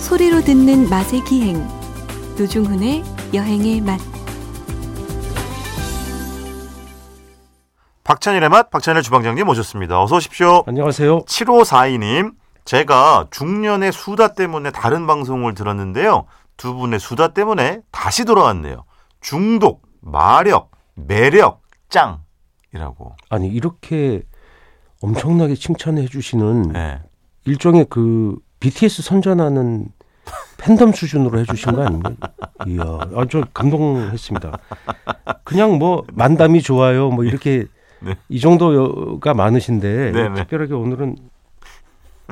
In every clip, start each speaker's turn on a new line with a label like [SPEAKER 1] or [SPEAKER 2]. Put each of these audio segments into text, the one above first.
[SPEAKER 1] 소리로 듣는 맛의 기행 노중훈의 여행의 맛
[SPEAKER 2] 박찬일의 맛, 박찬일 주방장님 모셨습니다. 어서 오십시오.
[SPEAKER 3] 안녕하세요.
[SPEAKER 2] 7542님, 제가 중년의 수다 때문에 다른 방송을 들었는데요. 두 분의 수다 때문에 다시 돌아왔네요. 중독, 마력, 매력, 짱! 이라고.
[SPEAKER 3] 아니 이렇게 엄청나게 칭찬해 주시는
[SPEAKER 2] 네.
[SPEAKER 3] 일종의 그 BTS 선전하는 팬덤 수준으로 해주신 거 아닙니까? 이야, 아, 저 감동했습니다. 그냥 뭐 만담이 좋아요, 뭐 이렇게
[SPEAKER 2] 네.
[SPEAKER 3] 이 정도가 많으신데
[SPEAKER 2] 네, 네.
[SPEAKER 3] 특별하게 오늘은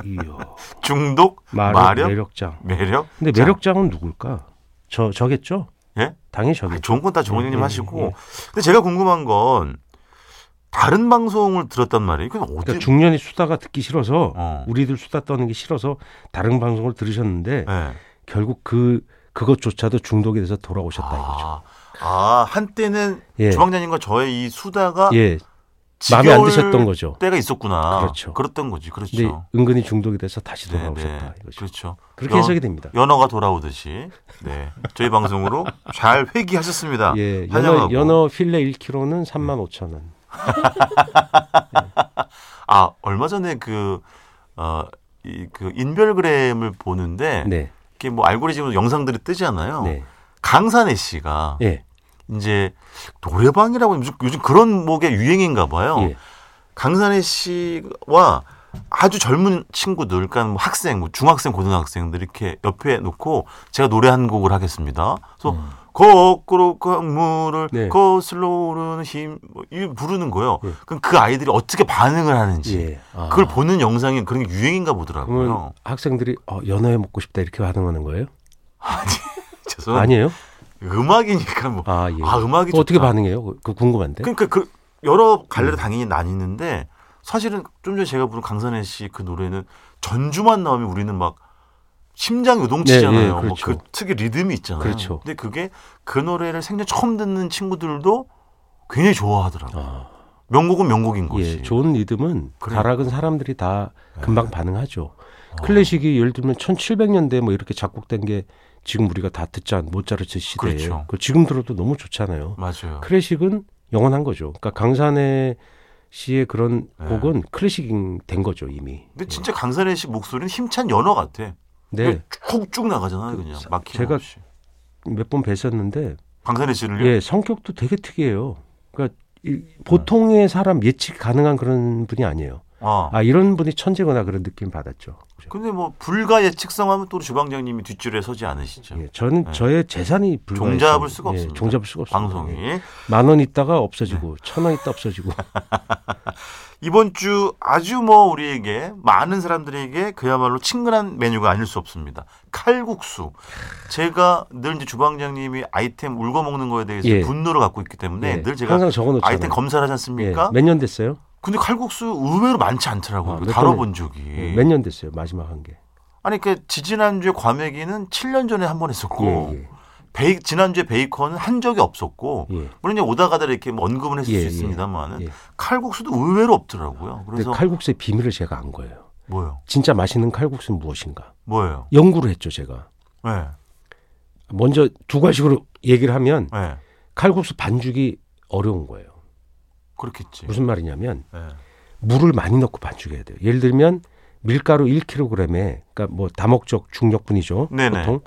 [SPEAKER 3] 이야,
[SPEAKER 2] 중독,
[SPEAKER 3] 마력,
[SPEAKER 2] 마력, 매력.
[SPEAKER 3] 매력장.
[SPEAKER 2] 짱.
[SPEAKER 3] 근데 매력장은 누굴까? 저 저겠죠?
[SPEAKER 2] 예?
[SPEAKER 3] 당연히
[SPEAKER 2] 아,
[SPEAKER 3] 저겠죠.
[SPEAKER 2] 좋은 건 다 정원님
[SPEAKER 3] 예, 예,
[SPEAKER 2] 하시고.
[SPEAKER 3] 예.
[SPEAKER 2] 근데 제가 궁금한 건 다른 방송을 들었단 말이에요. 그건 어디?
[SPEAKER 3] 그러니까 중년이 네. 수다가 듣기 싫어서
[SPEAKER 2] 아, 어.
[SPEAKER 3] 우리들 수다 떠는 게 싫어서 다른 방송을 들으셨는데
[SPEAKER 2] 네.
[SPEAKER 3] 결국 그 그것조차도 중독이 돼서 돌아오셨다 이거죠.
[SPEAKER 2] 아, 아, 한때는
[SPEAKER 3] 예.
[SPEAKER 2] 주방장님과 저의 이 수다가
[SPEAKER 3] 예,
[SPEAKER 2] 지겨울
[SPEAKER 3] 마음에 안 드셨던 거죠.
[SPEAKER 2] 때가 있었구나.
[SPEAKER 3] 그렇죠.
[SPEAKER 2] 그랬던 거지.
[SPEAKER 3] 근데
[SPEAKER 2] 그렇죠.
[SPEAKER 3] 은근히 중독이 돼서 다시
[SPEAKER 2] 네,
[SPEAKER 3] 돌아오셨다
[SPEAKER 2] 네.
[SPEAKER 3] 이거죠.
[SPEAKER 2] 그렇죠.
[SPEAKER 3] 그렇게 해석이 됩니다.
[SPEAKER 2] 연어가 돌아오듯이 네. 저희 방송으로 잘 회귀하셨습니다.
[SPEAKER 3] 예, 연어,
[SPEAKER 2] 아, 환영하고.
[SPEAKER 3] 연어 필레 1kg는 3만 5천 원.
[SPEAKER 2] 아 얼마 전에 그 어, 이, 그 인별그램을 보는데
[SPEAKER 3] 네,
[SPEAKER 2] 이렇게 뭐 알고리즘으로 영상들이 뜨잖아요.
[SPEAKER 3] 네,
[SPEAKER 2] 강산혜 씨가
[SPEAKER 3] 예, 이제
[SPEAKER 2] 노래방이라고 요즘, 요즘 그런 목의 유행인가 봐요.
[SPEAKER 3] 예,
[SPEAKER 2] 강산혜 씨와 아주 젊은 친구들, 그러니까 뭐 학생, 뭐 중학생, 고등학생들 이렇게 옆에 놓고 제가 노래 한 곡을 하겠습니다. 그래서 거꾸로 강물을
[SPEAKER 3] 음. 네.
[SPEAKER 2] 거슬러 오르는 힘, 뭐 이거 부르는 거예요.
[SPEAKER 3] 예.
[SPEAKER 2] 그럼 그 아이들이 어떻게 반응을 하는지
[SPEAKER 3] 예. 아,
[SPEAKER 2] 그걸 보는 영상이 그런 게 유행인가
[SPEAKER 3] 그러면
[SPEAKER 2] 보더라고요.
[SPEAKER 3] 학생들이 어, 연어에 먹고 싶다 이렇게 반응하는 거예요?
[SPEAKER 2] 아니, 죄송합니다.
[SPEAKER 3] 아니에요?
[SPEAKER 2] 음악이니까 뭐.
[SPEAKER 3] 아, 예.
[SPEAKER 2] 아, 음악이
[SPEAKER 3] 또 어떻게
[SPEAKER 2] 좋다.
[SPEAKER 3] 반응해요? 그- 그거 궁금한데.
[SPEAKER 2] 그러니까 그 여러
[SPEAKER 3] 음.
[SPEAKER 2] 갈래로 당연히 나뉘는데 사실은 좀 전에 제가 부른 강산혜 씨 그 노래는 전주만 나오면 우리는 막 심장이 요동치잖아요.
[SPEAKER 3] 네, 네,
[SPEAKER 2] 막
[SPEAKER 3] 그렇죠.
[SPEAKER 2] 그 특유의 리듬이 있잖아요.
[SPEAKER 3] 그렇죠.
[SPEAKER 2] 근데 그게 그 노래를 생전 처음 듣는 친구들도 굉장히 좋아하더라고요.
[SPEAKER 3] 아.
[SPEAKER 2] 명곡은 명곡인 거지.
[SPEAKER 3] 예, 좋은 리듬은
[SPEAKER 2] 그래. 네. 어.
[SPEAKER 3] 가락은 사람들이 다 금방 반응하죠. 클래식이 예를 들면 1700년대 뭐 이렇게 작곡된 게 지금 우리가 다 듣지 않 모차르트 시대에
[SPEAKER 2] 그렇죠. 어.
[SPEAKER 3] 그 지금 들어도 너무 좋잖아요.
[SPEAKER 2] 맞아요.
[SPEAKER 3] 클래식은 영원한 거죠. 그러니까 강산의 씨의 그런
[SPEAKER 2] 네.
[SPEAKER 3] 곡은 클래식인 된 거죠 이미.
[SPEAKER 2] 근데 진짜 강산혜 씨 목소리는 힘찬 연어 같아.
[SPEAKER 3] 예. 네,
[SPEAKER 2] 쭉쭉 나가잖아요, 그냥.
[SPEAKER 3] 사-
[SPEAKER 2] 막힘
[SPEAKER 3] 제가-
[SPEAKER 2] 없이.
[SPEAKER 3] 몇 번 뵀었는데
[SPEAKER 2] 강산혜 씨를요?
[SPEAKER 3] 예 성격도 되게 특이해요. 그러니까 이- 보통의 사람 예측 가능한 그런 분이 아니에요.
[SPEAKER 2] 아.
[SPEAKER 3] 아 예. 이런 분이 천재구나 그런 느낌 받았죠. 그죠?
[SPEAKER 2] 근데 뭐 불가 예측성하면 또 주방장님이 뒷줄에 서지 않으시죠.
[SPEAKER 3] 예, 저는 저의 재산이 불가
[SPEAKER 2] 그렇죠. 종잡을 수가 없습니다.
[SPEAKER 3] 종잡을 수가 없습니다. 예.
[SPEAKER 2] 방송이. 네.
[SPEAKER 3] 만원 있다가 없어지고 천 원 있다 없어지고
[SPEAKER 2] 이번 주 아주 뭐 우리에게 많은 사람들에게 그야말로 친근한 메뉴가 아닐 수 없습니다. 칼국수. 제가 늘 이제 주방장님이 아이템 울고 먹는 거에 대해서
[SPEAKER 3] 예.
[SPEAKER 2] 분노를 갖고 있기 때문에
[SPEAKER 3] 예,
[SPEAKER 2] 네, 늘 제가
[SPEAKER 3] 항상 적어놓잖아요. 예,
[SPEAKER 2] 아이템 검사를 하지 않습니까?
[SPEAKER 3] 몇 년 됐어요?
[SPEAKER 2] 근데 칼국수 의외로 많지 않더라고요.
[SPEAKER 3] 아, 예,
[SPEAKER 2] 이거
[SPEAKER 3] 몇
[SPEAKER 2] 다뤄본 적이.
[SPEAKER 3] 몇 년 됐어요? 마지막 한 게.
[SPEAKER 2] 아니 그 지지난주에 과메기는 7년 전에 한 번 했었고
[SPEAKER 3] 예, 예.
[SPEAKER 2] 베이, 지난주에 베이컨은 한 적이 없었고
[SPEAKER 3] 예.
[SPEAKER 2] 물론 이제 오다 가다 이렇게 뭐 언급은 했을
[SPEAKER 3] 예,
[SPEAKER 2] 수
[SPEAKER 3] 예.
[SPEAKER 2] 있습니다만
[SPEAKER 3] 예.
[SPEAKER 2] 칼국수도 의외로 없더라고요.
[SPEAKER 3] 근데
[SPEAKER 2] 그래서
[SPEAKER 3] 칼국수의 비밀을 제가 안 거예요.
[SPEAKER 2] 뭐예요?
[SPEAKER 3] 진짜 맛있는 칼국수는 무엇인가?
[SPEAKER 2] 뭐예요?
[SPEAKER 3] 연구를 했죠 제가.
[SPEAKER 2] 네.
[SPEAKER 3] 먼저 두 가지로 얘기를 하면
[SPEAKER 2] 네.
[SPEAKER 3] 칼국수 반죽이 어려운 거예요.
[SPEAKER 2] 그렇겠지.
[SPEAKER 3] 무슨 말이냐면
[SPEAKER 2] 네.
[SPEAKER 3] 물을 많이 넣고 반죽해야 돼요. 예를 들면 밀가루 1kg에 그러니까 뭐 다목적 중력분이죠.
[SPEAKER 2] 네네.
[SPEAKER 3] 보통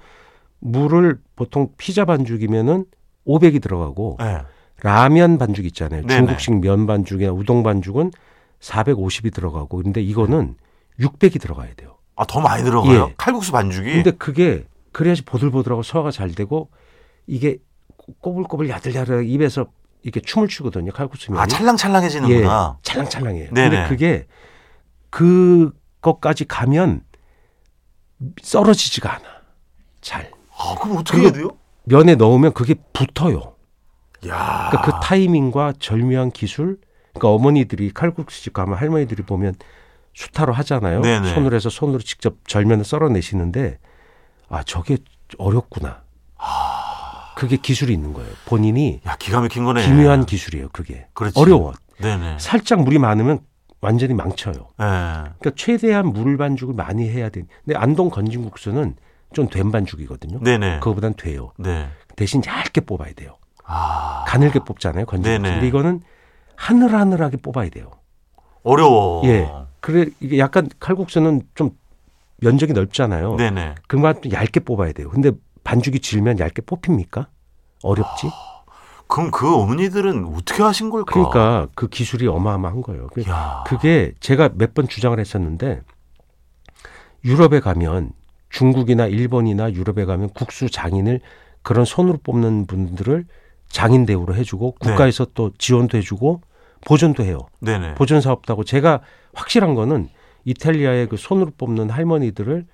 [SPEAKER 3] 물을 보통 피자 반죽이면은 500이 들어가고
[SPEAKER 2] 네.
[SPEAKER 3] 라면 반죽 있잖아요.
[SPEAKER 2] 네네.
[SPEAKER 3] 중국식 면 반죽이나 우동 반죽은 450이 들어가고 근데 이거는 600이 들어가야 돼요.
[SPEAKER 2] 아, 더 많이 들어가요?
[SPEAKER 3] 예.
[SPEAKER 2] 칼국수 반죽이?
[SPEAKER 3] 근데 그게 그래야지 보들보들하고 소화가 잘 되고 이게 꼬- 꼬불꼬불 야들야들 입에서 이렇게 춤을 추거든요. 칼국수면이.
[SPEAKER 2] 아, 찰랑찰랑해지는구나.
[SPEAKER 3] 찰랑찰랑해요.
[SPEAKER 2] 네네.
[SPEAKER 3] 예, 근데 그게 그것까지 가면 썰어지지가 않아. 잘.
[SPEAKER 2] 아, 그럼 어떻게 해야 돼요?
[SPEAKER 3] 면에 넣으면 그게 붙어요.
[SPEAKER 2] 야.
[SPEAKER 3] 그러니까 그 타이밍과 절묘한 기술. 그러니까 어머니들이 칼국수집 가면 할머니들이 보면 수타로 하잖아요.
[SPEAKER 2] 네네.
[SPEAKER 3] 손으로 해서 손으로 직접 절면을 썰어내시는데 아 저게 어렵구나. 그게 기술이 있는 거예요. 본인이
[SPEAKER 2] 야, 기가 막힌 아. 거네.
[SPEAKER 3] 기묘한 기술이에요. 그게
[SPEAKER 2] 그렇지.
[SPEAKER 3] 어려워.
[SPEAKER 2] 네네.
[SPEAKER 3] 살짝 물이 많으면 완전히 망쳐요.
[SPEAKER 2] 예.
[SPEAKER 3] 그러니까 최대한 물 반죽을 많이 해야 돼. 근데 안동 건진국수는 좀 된 반죽이거든요.
[SPEAKER 2] 네네.
[SPEAKER 3] 그거보단 돼요.
[SPEAKER 2] 네.
[SPEAKER 3] 대신 얇게 뽑아야 돼요.
[SPEAKER 2] 아
[SPEAKER 3] 가늘게 뽑잖아요. 건지.
[SPEAKER 2] 네네.
[SPEAKER 3] 근데 이거는 하늘하늘하게 뽑아야 돼요.
[SPEAKER 2] 어려워.
[SPEAKER 3] 예. 그래 이게 약간 칼국수는 좀 면적이 넓잖아요.
[SPEAKER 2] 네네.
[SPEAKER 3] 그만큼 좀 얇게 뽑아야 돼요. 근데 반죽이 질면 얇게 뽑힙니까? 어렵지.
[SPEAKER 2] 아. 그럼 그 어머니들은 어떻게 하신 걸까?
[SPEAKER 3] 그러니까 그 기술이 어마어마한 거예요. 그-
[SPEAKER 2] 야.
[SPEAKER 3] 그게 제가 몇 번 주장을 했었는데 유럽에 가면 중국이나 일본이나 유럽에 가면 국수 장인을 그런 손으로 뽑는 분들을 장인 대우로 해주고
[SPEAKER 2] 네.
[SPEAKER 3] 국가에서 또 지원도 해주고 보존도 해요.
[SPEAKER 2] 네네.
[SPEAKER 3] 보존 사업도 하고 제가 확실한 거는 이탈리아의 그 손으로 뽑는 할머니들을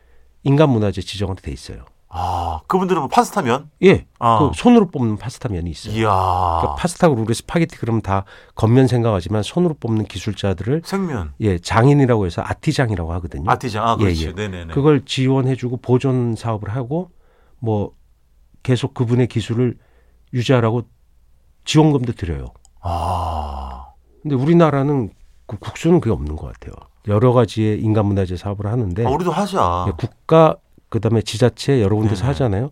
[SPEAKER 3] 인간 문화재 지정으로 돼 있어요.
[SPEAKER 2] 아 그분들은 뭐 파스타면.
[SPEAKER 3] 예,
[SPEAKER 2] 아. 예.
[SPEAKER 3] 그 손으로 뽑는 파스타 면이 있어요.
[SPEAKER 2] 이야.
[SPEAKER 3] 그러니까 파스타 우리 스파게티 그러면 다 겉면 생각하지만 손으로 뽑는 기술자들을
[SPEAKER 2] 생면.
[SPEAKER 3] 예 장인이라고 해서 아티장이라고 하거든요.
[SPEAKER 2] 아티장. 아 그렇지.
[SPEAKER 3] 예, 예.
[SPEAKER 2] 네네네.
[SPEAKER 3] 그걸 지원해주고 보존 사업을 하고 뭐 계속 그분의 기술을 유지하라고 지원금도 드려요.
[SPEAKER 2] 아.
[SPEAKER 3] 근데 우리나라는 그 국수는 그게 없는 것 같아요. 여러 가지의 인간 문화재 사업을 하는데
[SPEAKER 2] 아, 우리도 하자.
[SPEAKER 3] 네. 예, 국가 그다음에 지자체 여러 군데서
[SPEAKER 2] 네네.
[SPEAKER 3] 하잖아요.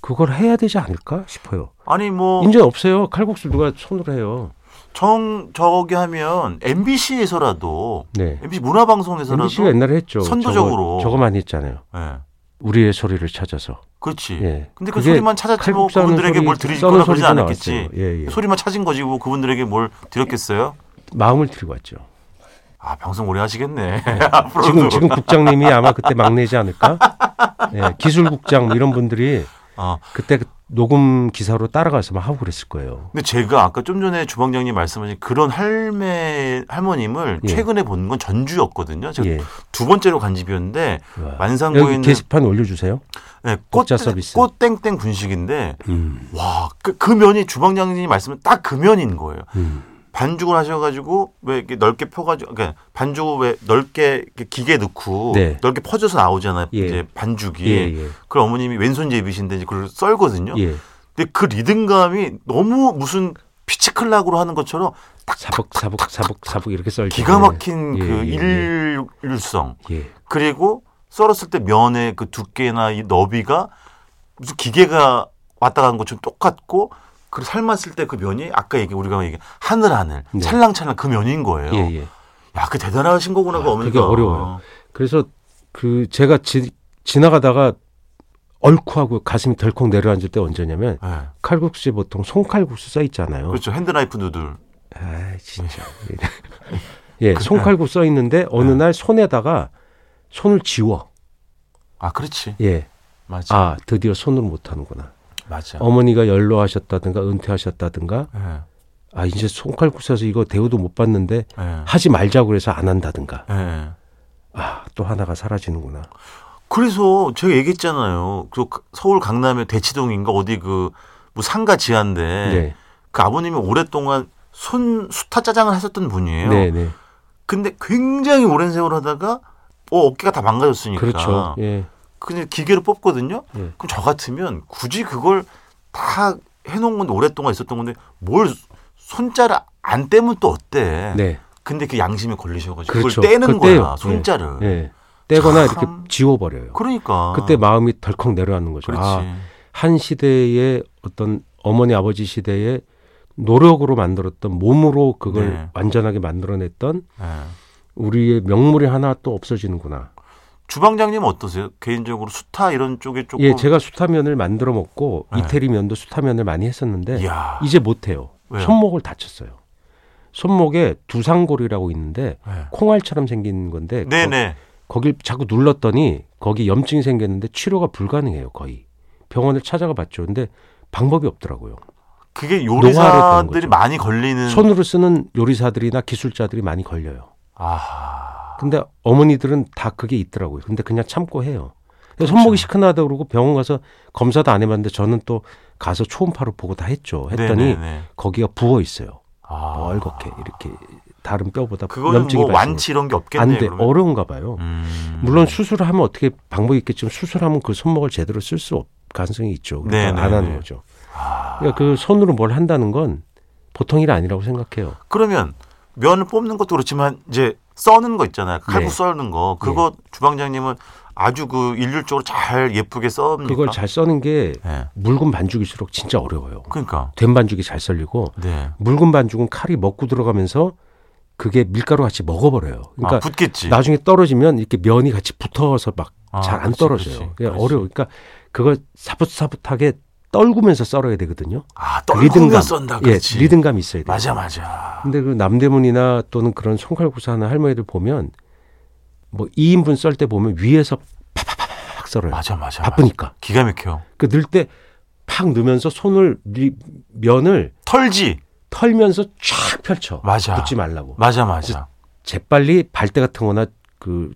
[SPEAKER 3] 그걸 해야 되지 않을까 싶어요.
[SPEAKER 2] 아니 뭐
[SPEAKER 3] 이제 없어요. 칼국수 누가 손으로 해요.
[SPEAKER 2] 정 저기 하면 MBC에서라도
[SPEAKER 3] 네.
[SPEAKER 2] MBC 문화방송에서라도
[SPEAKER 3] MBC가 옛날에 했죠.
[SPEAKER 2] 그 선도적으로.
[SPEAKER 3] 저거, 저거 많이 했잖아요.
[SPEAKER 2] 예.
[SPEAKER 3] 우리의 소리를 찾아서.
[SPEAKER 2] 그렇지.
[SPEAKER 3] 예.
[SPEAKER 2] 근데 그
[SPEAKER 3] 그게
[SPEAKER 2] 소리만 찾았지 뭐
[SPEAKER 3] 칼국수 하는
[SPEAKER 2] 그분들에게
[SPEAKER 3] 소리,
[SPEAKER 2] 뭘 드리거나
[SPEAKER 3] 써는
[SPEAKER 2] 그러지
[SPEAKER 3] 소리도
[SPEAKER 2] 않았겠지.
[SPEAKER 3] 나왔어요. 예, 예.
[SPEAKER 2] 소리만 찾은 거지 뭐 그분들에게 뭘 드렸겠어요?
[SPEAKER 3] 마음을 들고 왔죠.
[SPEAKER 2] 아 방송 오래 하시겠네. 앞으로도.
[SPEAKER 3] 지금 지금 국장님이 아마 그때 막내지 않을까? 예, 기술국장 뭐 이런 분들이
[SPEAKER 2] 어.
[SPEAKER 3] 그때 그 녹음 기사로 따라가서 막 하고 그랬을 거예요.
[SPEAKER 2] 근데 제가 아까 좀 전에 주방장님 말씀하신 그런 할매 할머님을
[SPEAKER 3] 예.
[SPEAKER 2] 최근에 본 건 전주였거든요. 제가
[SPEAKER 3] 예.
[SPEAKER 2] 두 번째로 간 집이었는데
[SPEAKER 3] 와.
[SPEAKER 2] 만상구에
[SPEAKER 3] 여기
[SPEAKER 2] 있는
[SPEAKER 3] 게시판 올려주세요.
[SPEAKER 2] 네, 꽃,
[SPEAKER 3] 독자 서비스.
[SPEAKER 2] 꽃 땡땡 분식인데
[SPEAKER 3] 음,
[SPEAKER 2] 와, 그, 그 면이 주방장님이 말씀은 딱 그 면인 거예요.
[SPEAKER 3] 음.
[SPEAKER 2] 반죽을 하셔가지고 왜 이렇게 넓게 펴가지고 그러니까 반죽을 왜 넓게 이렇게 기계 넣고
[SPEAKER 3] 네.
[SPEAKER 2] 넓게 퍼져서 나오잖아요.
[SPEAKER 3] 예.
[SPEAKER 2] 이제 반죽이.
[SPEAKER 3] 예, 예.
[SPEAKER 2] 그럼 어머님이 왼손 제비신데 이제 그걸 썰거든요.
[SPEAKER 3] 예.
[SPEAKER 2] 근데 그 리듬감이 너무 무슨 피치클락으로 하는 것처럼 딱
[SPEAKER 3] 사복 사복 사복 사복 이렇게 썰
[SPEAKER 2] 기가 막힌
[SPEAKER 3] 예,
[SPEAKER 2] 그
[SPEAKER 3] 예,
[SPEAKER 2] 일률성
[SPEAKER 3] 예. 예.
[SPEAKER 2] 그리고 썰었을 때 면의 그 두께나 이 너비가 무슨 기계가 왔다 간 것처럼 똑같고 그 삶았을 때 그 면이 아까 얘기 우리가 얘기 하늘하늘
[SPEAKER 3] 네.
[SPEAKER 2] 찰랑찰랑 그 면인 거예요.
[SPEAKER 3] 예, 예.
[SPEAKER 2] 야, 그 대단하신 거구나 그
[SPEAKER 3] 아,
[SPEAKER 2] 어머니가.
[SPEAKER 3] 그게 어려워요. 그래서 그 제가 지, 지나가다가 얼쿠하고 가슴이 덜컥 내려앉을 때 언제냐면
[SPEAKER 2] 예.
[SPEAKER 3] 칼국수에 보통 손칼국수 써 있잖아요.
[SPEAKER 2] 그렇죠. 핸드나이프 누들.
[SPEAKER 3] 아 진짜. 예, 손칼국 써 있는데 어느 날 손에다가 손을 지워.
[SPEAKER 2] 아, 그렇지.
[SPEAKER 3] 예.
[SPEAKER 2] 맞아.
[SPEAKER 3] 아 드디어 손으로 못 하는구나.
[SPEAKER 2] 맞아.
[SPEAKER 3] 어머니가 연로하셨다든가 은퇴하셨다든가
[SPEAKER 2] 예.
[SPEAKER 3] 아 이제 손칼국 써서 이거 대우도 못 받는데
[SPEAKER 2] 예.
[SPEAKER 3] 하지 말자고 그래서 안 한다든가.
[SPEAKER 2] 예.
[SPEAKER 3] 아 또 하나가 사라지는구나.
[SPEAKER 2] 그래서 제가 얘기했잖아요. 그 서울 강남의 대치동인가 어디 그 뭐 상가 지하인데
[SPEAKER 3] 네.
[SPEAKER 2] 그 아버님이 오랫동안 손 수타 짜장을 하셨던 분이에요.
[SPEAKER 3] 네, 네.
[SPEAKER 2] 근데 굉장히 오랜 세월 하다가 어, 어깨가 다 망가졌으니까.
[SPEAKER 3] 그렇죠. 예.
[SPEAKER 2] 그냥 기계로 뽑거든요.
[SPEAKER 3] 예.
[SPEAKER 2] 그럼 저 같으면 굳이 그걸 다 해놓은 건데 오랫동안 있었던 건데 뭘 손자를 안 떼면 또 어때?
[SPEAKER 3] 네.
[SPEAKER 2] 근데 그 양심이 걸리셔가지고 그걸
[SPEAKER 3] 그렇죠.
[SPEAKER 2] 떼는
[SPEAKER 3] 그걸
[SPEAKER 2] 거야
[SPEAKER 3] 떼요.
[SPEAKER 2] 손자를.
[SPEAKER 3] 예. 떼거나
[SPEAKER 2] 네. 참.
[SPEAKER 3] 이렇게 지워 버려요.
[SPEAKER 2] 그러니까
[SPEAKER 3] 그때 마음이 덜컥 내려앉는 거죠.
[SPEAKER 2] 그렇지.
[SPEAKER 3] 아, 한 시대의 어떤 어머니 아버지 시대의 노력으로 만들었던 몸으로 그걸
[SPEAKER 2] 네.
[SPEAKER 3] 완전하게 만들어냈던
[SPEAKER 2] 예.
[SPEAKER 3] 우리의 명물이 하나 또 없어지는구나.
[SPEAKER 2] 주방장님 은 어떠세요? 개인적으로 수타 이런 쪽에 조금
[SPEAKER 3] 예, 제가 수타면을 만들어 먹고
[SPEAKER 2] 네.
[SPEAKER 3] 이태리 면도 수타면을 많이 했었는데
[SPEAKER 2] 이야.
[SPEAKER 3] 네. 이제 못 해요.
[SPEAKER 2] 왜요?
[SPEAKER 3] 손목을 다쳤어요. 손목에 두상골이라고 있는데
[SPEAKER 2] 예.
[SPEAKER 3] 콩알처럼 생긴 건데
[SPEAKER 2] 네네.
[SPEAKER 3] 거, 길 자꾸 눌렀더니 거기 염증이 생겼는데 치료가 불가능해요, 거의. 병원을 찾아가 봤죠. 근데 방법이 없더라고요.
[SPEAKER 2] 그게
[SPEAKER 3] 노화를 떼는
[SPEAKER 2] 요리사들이
[SPEAKER 3] 거죠.
[SPEAKER 2] 많이 걸리는
[SPEAKER 3] 손으로 쓰는 요리사들이나 기술자들이 많이 걸려요.
[SPEAKER 2] 아
[SPEAKER 3] 근데 어머니들은 다 그게 있더라고요. 근데 그냥 참고 해요. 근데
[SPEAKER 2] 그렇죠.
[SPEAKER 3] 손목이 시큰하다 그러고 병원 가서 검사도 안 해봤는데 저는 또 가서 초음파로 보고 다 했죠. 했더니
[SPEAKER 2] 네네네.
[SPEAKER 3] 거기가 부어 있어요.
[SPEAKER 2] 아.
[SPEAKER 3] 멀겋게 이렇게 다른 뼈보다
[SPEAKER 2] 그거는
[SPEAKER 3] 염증이
[SPEAKER 2] 뭐
[SPEAKER 3] 발생.
[SPEAKER 2] 완치 이런 게 없겠네요.
[SPEAKER 3] 안 돼.
[SPEAKER 2] 그러면.
[SPEAKER 3] 어려운가 봐요.
[SPEAKER 2] 음.
[SPEAKER 3] 물론 수술을 하면 어떻게 방법이 있겠지만 수술하면 그 손목을 제대로 쓸 수 없 가능성이 있죠. 그러니까
[SPEAKER 2] 네네네. 아.
[SPEAKER 3] 안 하는 거죠. 그러니까 그 손으로 뭘 한다는 건 보통 일 아니라고 생각해요.
[SPEAKER 2] 그러면 면을 뽑는 것도 그렇지만 이제 써는 거 있잖아요. 칼국
[SPEAKER 3] 네.
[SPEAKER 2] 썰는 거. 그거 주방장님은 아주 그 일률적으로 잘 예쁘게 썹니까?
[SPEAKER 3] 그걸 잘 써는 게
[SPEAKER 2] 예.
[SPEAKER 3] 묽은 반죽일수록 진짜 어려워요.
[SPEAKER 2] 그러니까.
[SPEAKER 3] 된 반죽이 잘 썰리고
[SPEAKER 2] 네.
[SPEAKER 3] 묽은 반죽은 칼이 먹고 들어가면서 그게 밀가루 같이 먹어버려요.
[SPEAKER 2] 아,
[SPEAKER 3] 그러니까
[SPEAKER 2] 붙겠지.
[SPEAKER 3] 나중에 떨어지면 이렇게 면이 같이 붙어서 막
[SPEAKER 2] 아,
[SPEAKER 3] 잘 안
[SPEAKER 2] 그렇지,
[SPEAKER 3] 떨어져요.
[SPEAKER 2] 그렇지,
[SPEAKER 3] 그게
[SPEAKER 2] 그렇지.
[SPEAKER 3] 어려워. 그러니까 그걸 사붓사붓하게 떨구면서 썰어야 되거든요.
[SPEAKER 2] 아,
[SPEAKER 3] 그
[SPEAKER 2] 떨리면 썬다.
[SPEAKER 3] 예,
[SPEAKER 2] 그렇지.
[SPEAKER 3] 리듬감이 있어야 돼요.
[SPEAKER 2] 맞아, 맞아.
[SPEAKER 3] 근데 그 남대문이나 또는 그런 손칼국수 하는 할머니들 보면 뭐 2인분 썰 때 보면 위에서 팍팍팍 썰어요.
[SPEAKER 2] 맞아, 맞아.
[SPEAKER 3] 바쁘니까.
[SPEAKER 2] 맞아. 기가 막혀.
[SPEAKER 3] 그 넣을 때팍 넣으면서 손을 리- 면을
[SPEAKER 2] 털지.
[SPEAKER 3] 털면서 쫙 펼쳐.
[SPEAKER 2] 맞아.
[SPEAKER 3] 붙지 말라고.
[SPEAKER 2] 맞아,
[SPEAKER 3] 네,
[SPEAKER 2] 맞아.
[SPEAKER 3] 재빨리 발대 같은 거나 그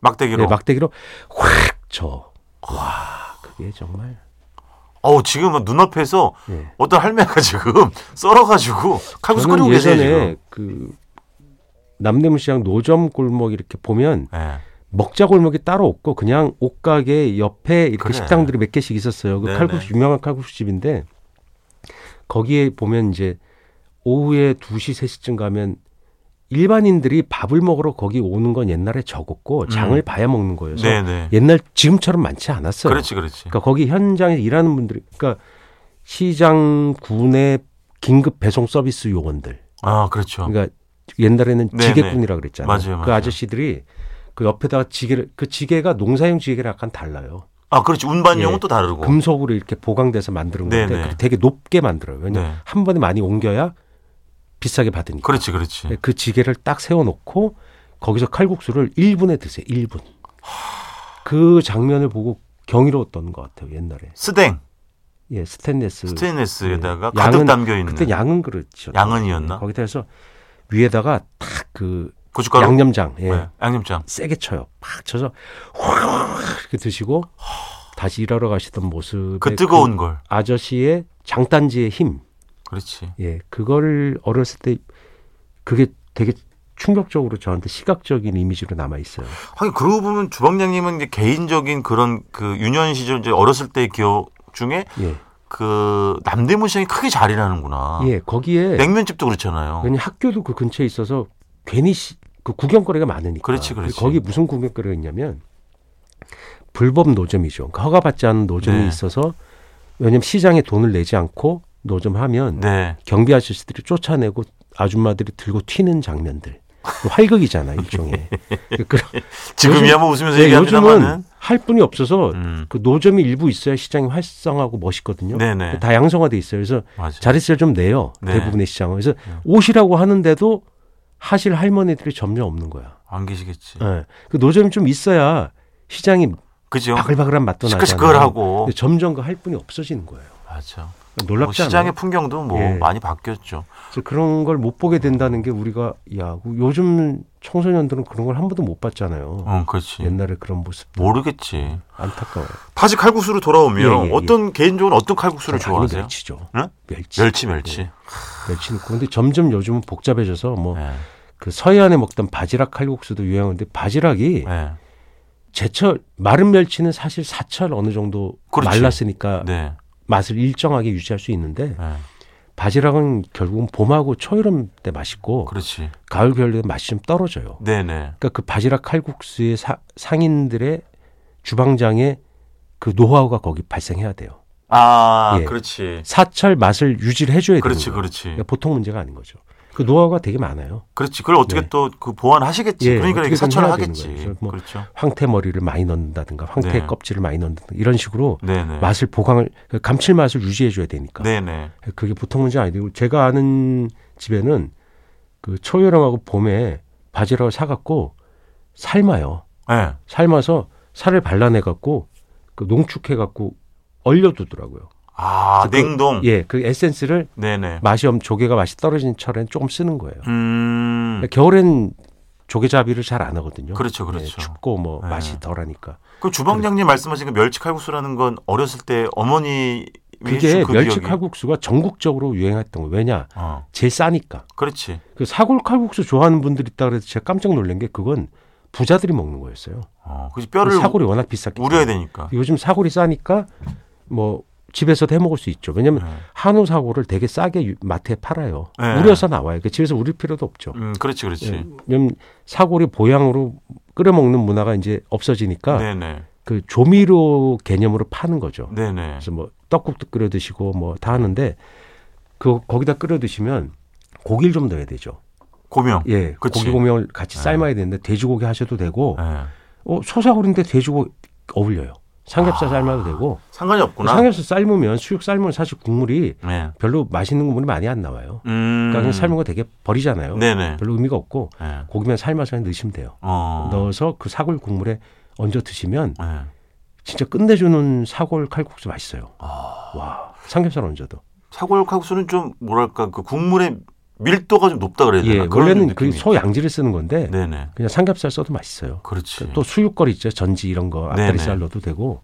[SPEAKER 2] 막대기로.
[SPEAKER 3] 네, 막대기로 확 쳐. 와, 그게 정말
[SPEAKER 2] 어우, 지금 눈앞에서
[SPEAKER 3] 예.
[SPEAKER 2] 어떤 할매가 지금 썰어가지고 칼국수 끓이고
[SPEAKER 3] 저는
[SPEAKER 2] 계세요,
[SPEAKER 3] 예전에
[SPEAKER 2] 지금.
[SPEAKER 3] 그 남대문시장 노점 골목 이렇게 보면
[SPEAKER 2] 예.
[SPEAKER 3] 먹자 골목이 따로 없고 그냥 옷가게 옆에 이렇게
[SPEAKER 2] 그래.
[SPEAKER 3] 식당들이 몇 개씩 있었어요. 그
[SPEAKER 2] 네네.
[SPEAKER 3] 칼국수 유명한 칼국수 집인데 거기에 보면 이제 오후에 2시 3시쯤 가면 일반인들이 밥을 먹으러 거기 오는 건 옛날에 적었고 장을 봐야 먹는 거여서
[SPEAKER 2] 음. 네네.
[SPEAKER 3] 옛날 지금처럼 많지 않았어요.
[SPEAKER 2] 그렇지, 그렇지.
[SPEAKER 3] 그러니까 거기 현장에서 일하는 분들이 그러니까 시장 군의 긴급 배송 서비스 요원들
[SPEAKER 2] 아, 그렇죠.
[SPEAKER 3] 그러니까 옛날에는
[SPEAKER 2] 네네.
[SPEAKER 3] 지게꾼이라 그랬잖아요.
[SPEAKER 2] 맞아요,
[SPEAKER 3] 그
[SPEAKER 2] 맞아요.
[SPEAKER 3] 아저씨들이 그 옆에다가 지게를 그 지게가 농사용 지게랑 약간 달라요.
[SPEAKER 2] 아, 그렇지. 운반용은
[SPEAKER 3] 예.
[SPEAKER 2] 또 다르고.
[SPEAKER 3] 금속으로 이렇게 보강돼서 만드는 건데
[SPEAKER 2] 어. 네네.
[SPEAKER 3] 그게 되게 높게 만들어요. 왜냐면
[SPEAKER 2] 네.
[SPEAKER 3] 한 번에 많이 옮겨야 비싸게 받으니까.
[SPEAKER 2] 그렇지, 그렇지. 네.
[SPEAKER 3] 그 지게를 딱 세워놓고 거기서 칼국수를 1분에 드세요. 1분. 그 장면을 보고 경이로웠던 것 같아요. 옛날에.
[SPEAKER 2] 스댕.
[SPEAKER 3] 예, 스테인레스.
[SPEAKER 2] 스테인레스에다가
[SPEAKER 3] 예.
[SPEAKER 2] 가득
[SPEAKER 3] 양은-
[SPEAKER 2] 담겨 있는
[SPEAKER 3] 그때 양은 그렇죠.
[SPEAKER 2] 양은이었나?
[SPEAKER 3] 거기다 해서 위에다가 딱 그
[SPEAKER 2] 고춧가루.
[SPEAKER 3] 양념장. 예.
[SPEAKER 2] 네, 양념장.
[SPEAKER 3] 세게 쳐요. 팍 쳐서 확 이렇게 드시고 다시 일하러 가시던 모습.
[SPEAKER 2] 그 뜨거운 걸.
[SPEAKER 3] 아저씨의 장단지의 힘.
[SPEAKER 2] 그렇지.
[SPEAKER 3] 예, 그거를 어렸을 때 그게 되게 충격적으로 저한테 시각적인 이미지로 남아 있어요.
[SPEAKER 2] 하긴 그러고 보면 주방장님은 이제 개인적인 그런 그 유년 시절 이제 어렸을 때 기억 중에
[SPEAKER 3] 예,
[SPEAKER 2] 그 남대문 시장이 크게 자리라는구나.
[SPEAKER 3] 예, 거기에
[SPEAKER 2] 냉면집도 그렇잖아요.
[SPEAKER 3] 왜냐 학교도 그 근처에 있어서 괜히 시- 그 구경거리가 많으니까.
[SPEAKER 2] 그렇지, 그렇지.
[SPEAKER 3] 거기 무슨 구경거리가 있냐면 불법 노점이죠. 그러니까 허가받지 않은 노점이
[SPEAKER 2] 네.
[SPEAKER 3] 있어서 왜냐면 시장에 돈을 내지 않고 노점하면
[SPEAKER 2] 네.
[SPEAKER 3] 경비 아저씨들이 쫓아내고 아줌마들이 들고 튀는 장면들. 뭐 활극이잖아 일종의. 그런-
[SPEAKER 2] 지금이야 뭐 웃으면서
[SPEAKER 3] 네, 요즘은
[SPEAKER 2] 얘기합니다만은.
[SPEAKER 3] 할 분이 없어서
[SPEAKER 2] 음.
[SPEAKER 3] 그 노점이 일부 있어야 시장이 활성하고 멋있거든요.
[SPEAKER 2] 네네.
[SPEAKER 3] 그 다 양성화돼 있어요. 그래서
[SPEAKER 2] 맞아.
[SPEAKER 3] 자릿세를 좀 내요.
[SPEAKER 2] 네.
[SPEAKER 3] 대부분의 시장은. 그래서 옷이라고 하는데도 하실 할머니들이 점점 없는 거야.
[SPEAKER 2] 안 계시겠지.
[SPEAKER 3] 예. 그 노점이 좀 있어야 시장이
[SPEAKER 2] 그죠?
[SPEAKER 3] 바글바글한 맛도 나잖아요.
[SPEAKER 2] 시끌시끌하고.
[SPEAKER 3] 근데 점점 그 할 분이 없어지는 거예요. 그러니까
[SPEAKER 2] 맞아. 뭐
[SPEAKER 3] 놀랍지 않아요?
[SPEAKER 2] 시장의 풍경도 뭐
[SPEAKER 3] 예.
[SPEAKER 2] 많이 바뀌었죠.
[SPEAKER 3] 그래서 그런 걸 못 보게 된다는 게 우리가 야 요즘 청소년들은 그런 걸 한 번도 못 봤잖아요.
[SPEAKER 2] 응, 어, 그렇지.
[SPEAKER 3] 옛날에 그런 모습
[SPEAKER 2] 예. 모르겠지.
[SPEAKER 3] 안타까워요.
[SPEAKER 2] 다시 칼국수로 돌아오면
[SPEAKER 3] 예, 예,
[SPEAKER 2] 어떤 개인적으로 어떤 칼국수를
[SPEAKER 3] 저는 많이
[SPEAKER 2] 좋아하세요? 예.
[SPEAKER 3] 멸치죠.
[SPEAKER 2] 응?
[SPEAKER 3] 멸치. 네,
[SPEAKER 2] 멸치, 멸치.
[SPEAKER 3] 멸치 넣고 근데 점점 요즘은 복잡해져서 뭐 그
[SPEAKER 2] 예.
[SPEAKER 3] 서해안에 먹던 바지락 칼국수도 유행하는데 바지락이
[SPEAKER 2] 예.
[SPEAKER 3] 제철 마른 멸치는 사실 사철 어느 정도
[SPEAKER 2] 그렇지.
[SPEAKER 3] 말랐으니까
[SPEAKER 2] 그렇죠. 네.
[SPEAKER 3] 맛을 일정하게 유지할 수 있는데
[SPEAKER 2] 예.
[SPEAKER 3] 바지락은 결국은 봄하고 초여름 때 맛있고
[SPEAKER 2] 그렇지.
[SPEAKER 3] 가을 겨울 때 맛이 좀 떨어져요.
[SPEAKER 2] 네네.
[SPEAKER 3] 그러니까 그 바지락 칼국수의 사- 상인들의 주방장의 그 노하우가 거기 발생해야 돼요.
[SPEAKER 2] 아,
[SPEAKER 3] 예.
[SPEAKER 2] 그렇지.
[SPEAKER 3] 사철 맛을 유지를 해줘야
[SPEAKER 2] 그렇지,
[SPEAKER 3] 되는 거예요.
[SPEAKER 2] 그렇지.
[SPEAKER 3] 그러니까 보통 문제가 아닌 거죠. 그 노하우가 되게 많아요.
[SPEAKER 2] 그렇지. 그걸 어떻게
[SPEAKER 3] 네.
[SPEAKER 2] 또 그 보완하시겠지.
[SPEAKER 3] 예,
[SPEAKER 2] 그러니까 이렇게
[SPEAKER 3] 어떻게든
[SPEAKER 2] 사찰을
[SPEAKER 3] 해야 되는
[SPEAKER 2] 하겠지.
[SPEAKER 3] 거예요. 뭐-
[SPEAKER 2] 그렇죠.
[SPEAKER 3] 황태 머리를 많이 넣는다든가 황태
[SPEAKER 2] 네.
[SPEAKER 3] 껍질을 많이 넣는다든가 이런 식으로
[SPEAKER 2] 네네.
[SPEAKER 3] 맛을 보강을 그 감칠맛을 유지해줘야 되니까
[SPEAKER 2] 네네.
[SPEAKER 3] 그게 보통 문제 아니고 제가 아는 집에는 그 초여름하고 봄에 바지락을 사갖고 삶아요.
[SPEAKER 2] 예.
[SPEAKER 3] 삶아서 살을 발라내갖고 그 농축해갖고 얼려두더라고요.
[SPEAKER 2] 아,
[SPEAKER 3] 그래서 그-
[SPEAKER 2] 냉동.
[SPEAKER 3] 예, 그 에센스를
[SPEAKER 2] 네네.
[SPEAKER 3] 맛이 없 조개가 맛이 떨어진 철에는 조금 쓰는 거예요.
[SPEAKER 2] 음.
[SPEAKER 3] 그러니까 겨울엔 조개잡이를 잘 안 하거든요.
[SPEAKER 2] 그렇죠, 그렇죠.
[SPEAKER 3] 예, 춥고 뭐
[SPEAKER 2] 예.
[SPEAKER 3] 맛이 덜하니까.
[SPEAKER 2] 그 주방장님 말씀하신 그 멸치 칼국수라는 건 어렸을 때 어머니
[SPEAKER 3] 그게 멸치 칼국수가 전국적으로 유행했던 거예요. 왜냐?
[SPEAKER 2] 어,
[SPEAKER 3] 제일 싸니까.
[SPEAKER 2] 그렇지.
[SPEAKER 3] 그 사골 칼국수 좋아하는 분들이 있다 그래서 제가 깜짝 놀란 게 그건 부자들이 먹는 거였어요.
[SPEAKER 2] 어, 그래서 뼈를
[SPEAKER 3] 사골이 워낙 비쌌기 때문에.
[SPEAKER 2] 우려야 되니까.
[SPEAKER 3] 요즘 사골이 싸니까 뭐 집에서도 해 먹을 수 있죠. 왜냐면
[SPEAKER 2] 네.
[SPEAKER 3] 한우 사골을 되게 싸게 유- 마트에 팔아요.
[SPEAKER 2] 네.
[SPEAKER 3] 우려서 나와요. 그 집에서 우릴 필요도 없죠.
[SPEAKER 2] 음, 그렇지, 그렇지.
[SPEAKER 3] 왜냐면 사골이 보양으로 끓여 먹는 문화가 이제 없어지니까
[SPEAKER 2] 네네.
[SPEAKER 3] 그 조미료 개념으로 파는 거죠.
[SPEAKER 2] 네네.
[SPEAKER 3] 그래서 뭐 떡국도 끓여 드시고 뭐 다 하는데 그 거기다 끓여 드시면 고기를 좀 넣어야 되죠.
[SPEAKER 2] 고명.
[SPEAKER 3] 예,
[SPEAKER 2] 그치.
[SPEAKER 3] 고기 고명을 같이
[SPEAKER 2] 네.
[SPEAKER 3] 삶아야 되는데 돼지고기 하셔도 되고
[SPEAKER 2] 예.
[SPEAKER 3] 어, 소사구리인데 돼지고기 어울려요. 삼겹살 삶아도 되고
[SPEAKER 2] 상관이 없구나.
[SPEAKER 3] 삼겹살 삶으면 수육 삶으면 사실 국물이
[SPEAKER 2] 네.
[SPEAKER 3] 별로 맛있는 국물이 많이 안 나와요.
[SPEAKER 2] 음.
[SPEAKER 3] 그러니까 그냥 삶은 거 되게 버리잖아요.
[SPEAKER 2] 네네.
[SPEAKER 3] 별로 의미가 없고
[SPEAKER 2] 네.
[SPEAKER 3] 고기만 삶아서 그냥 넣으시면 돼요.
[SPEAKER 2] 어.
[SPEAKER 3] 넣어서 그 사골 국물에 얹어 드시면
[SPEAKER 2] 네.
[SPEAKER 3] 진짜 끝내주는 사골 칼국수 맛있어요.
[SPEAKER 2] 아.
[SPEAKER 3] 와 삼겹살 얹어도.
[SPEAKER 2] 사골 칼국수는 좀 뭐랄까 그 국물의 밀도가 좀 높다 그래야 되나?
[SPEAKER 3] 예,
[SPEAKER 2] 네, 그런
[SPEAKER 3] 원래는
[SPEAKER 2] 느낌이
[SPEAKER 3] 그
[SPEAKER 2] 있죠.
[SPEAKER 3] 소양지를 쓰는 건데
[SPEAKER 2] 네네.
[SPEAKER 3] 그냥 삼겹살 써도 맛있어요.
[SPEAKER 2] 그렇지.
[SPEAKER 3] 또 수육거리 있죠, 전지 이런 거
[SPEAKER 2] 네네.
[SPEAKER 3] 앞다리살 넣어도 되고.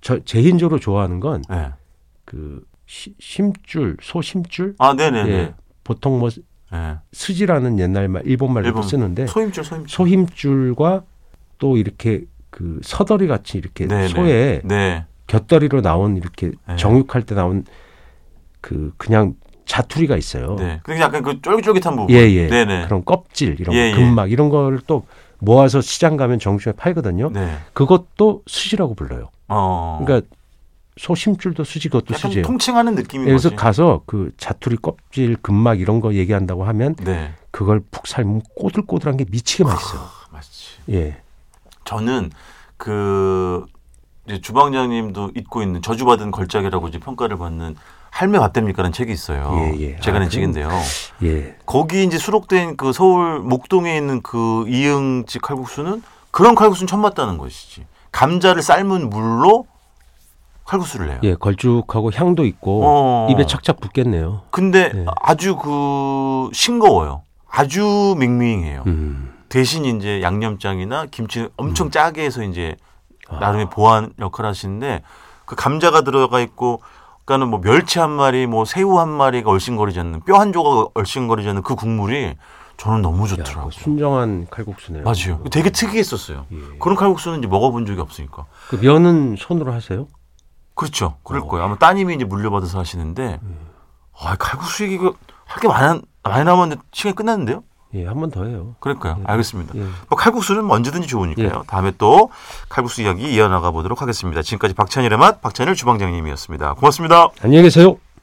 [SPEAKER 3] 저 개인적으로 좋아하는
[SPEAKER 2] 예.
[SPEAKER 3] 건 그 심줄 소 심줄.
[SPEAKER 2] 아 네네네.
[SPEAKER 3] 예, 보통 뭐
[SPEAKER 2] 예.
[SPEAKER 3] 스지라는 옛날 말 일본 말로
[SPEAKER 2] 일본.
[SPEAKER 3] 쓰는데
[SPEAKER 2] 소임줄 소임줄.
[SPEAKER 3] 소힘줄과 또 이렇게 그 서더리 같이 이렇게
[SPEAKER 2] 네네.
[SPEAKER 3] 소에
[SPEAKER 2] 네.
[SPEAKER 3] 곁다리로 나온 이렇게
[SPEAKER 2] 네.
[SPEAKER 3] 정육할 때 나온 그 그냥 자투리가 있어요.
[SPEAKER 2] 네. 근데 약간 그 쫄깃쫄깃한 부분.
[SPEAKER 3] 예, 예.
[SPEAKER 2] 네네.
[SPEAKER 3] 그런 껍질 이런
[SPEAKER 2] 예, 예.
[SPEAKER 3] 거, 근막 이런 거를 또 모아서 시장 가면 정중에 팔거든요.
[SPEAKER 2] 네.
[SPEAKER 3] 그것도 수지라고 불러요.
[SPEAKER 2] 어.
[SPEAKER 3] 그러니까 소심줄도 수지 그것도
[SPEAKER 2] 약간
[SPEAKER 3] 수지예요.
[SPEAKER 2] 통칭하는 느낌인
[SPEAKER 3] 예, 그래서
[SPEAKER 2] 거지.
[SPEAKER 3] 가서 그 자투리 껍질 근막 이런 거 얘기한다고 하면
[SPEAKER 2] 네.
[SPEAKER 3] 그걸 푹 삶으면 꼬들꼬들한 게 미치게 맛있어요.
[SPEAKER 2] 아, 맛있지.
[SPEAKER 3] 예.
[SPEAKER 2] 저는 그 이제 주방장님도 읽고 있는 저주받은 걸작이라고 이제 평가를 받는 할매 밥됩니까라는 책이 있어요.
[SPEAKER 3] 예, 예.
[SPEAKER 2] 제가
[SPEAKER 3] 아,
[SPEAKER 2] 낸
[SPEAKER 3] 그럼-
[SPEAKER 2] 책인데요.
[SPEAKER 3] 예.
[SPEAKER 2] 거기 이제 수록된 그 서울 목동에 있는 그 이응집 칼국수는 그런 칼국수는 처음 봤다는 것이지. 감자를 삶은 물로 칼국수를 해요.
[SPEAKER 3] 예, 걸쭉하고 향도 있고
[SPEAKER 2] 어.
[SPEAKER 3] 입에 착착 붙겠네요.
[SPEAKER 2] 근데
[SPEAKER 3] 네.
[SPEAKER 2] 아주 그 싱거워요. 아주 밍밍해요.
[SPEAKER 3] 음.
[SPEAKER 2] 대신 이제 양념장이나 김치 엄청 짜게 해서 이제
[SPEAKER 3] 아.
[SPEAKER 2] 나름의 보완 역할을 하시는데 그 감자가 들어가 있고 그러니까는 뭐 멸치 한 마리, 뭐 새우 한 마리가 얼씬거리지 않는 뼈 한 조각 얼씬거리지 않는 그 국물이 저는 너무
[SPEAKER 3] 야, 그거
[SPEAKER 2] 좋더라고요.
[SPEAKER 3] 순정한 칼국수네요.
[SPEAKER 2] 맞아요. 되게 특이했었어요.
[SPEAKER 3] 예.
[SPEAKER 2] 그런 칼국수는 이제 먹어본 적이 없으니까.
[SPEAKER 3] 그 면은 손으로 하세요?
[SPEAKER 2] 그렇죠. 그럴
[SPEAKER 3] 어. 음.
[SPEAKER 2] 거예요. 아마 따님이 이제 물려받아서 하시는데, 아, 칼국수 얘기가 할 게 많이, 많이 남았는데 시간이 끝났는데요?
[SPEAKER 3] 예, 한 번 더 해요.
[SPEAKER 2] 그럴까요? 알겠습니다.
[SPEAKER 3] 예.
[SPEAKER 2] 뭐 칼국수는 뭐 언제든지 좋으니까요. 다음에 또 칼국수 이야기 이어나가 보도록 하겠습니다. 지금까지 박찬일의 맛, 박찬일 주방장님이었습니다. 고맙습니다.
[SPEAKER 3] 안녕히 계세요.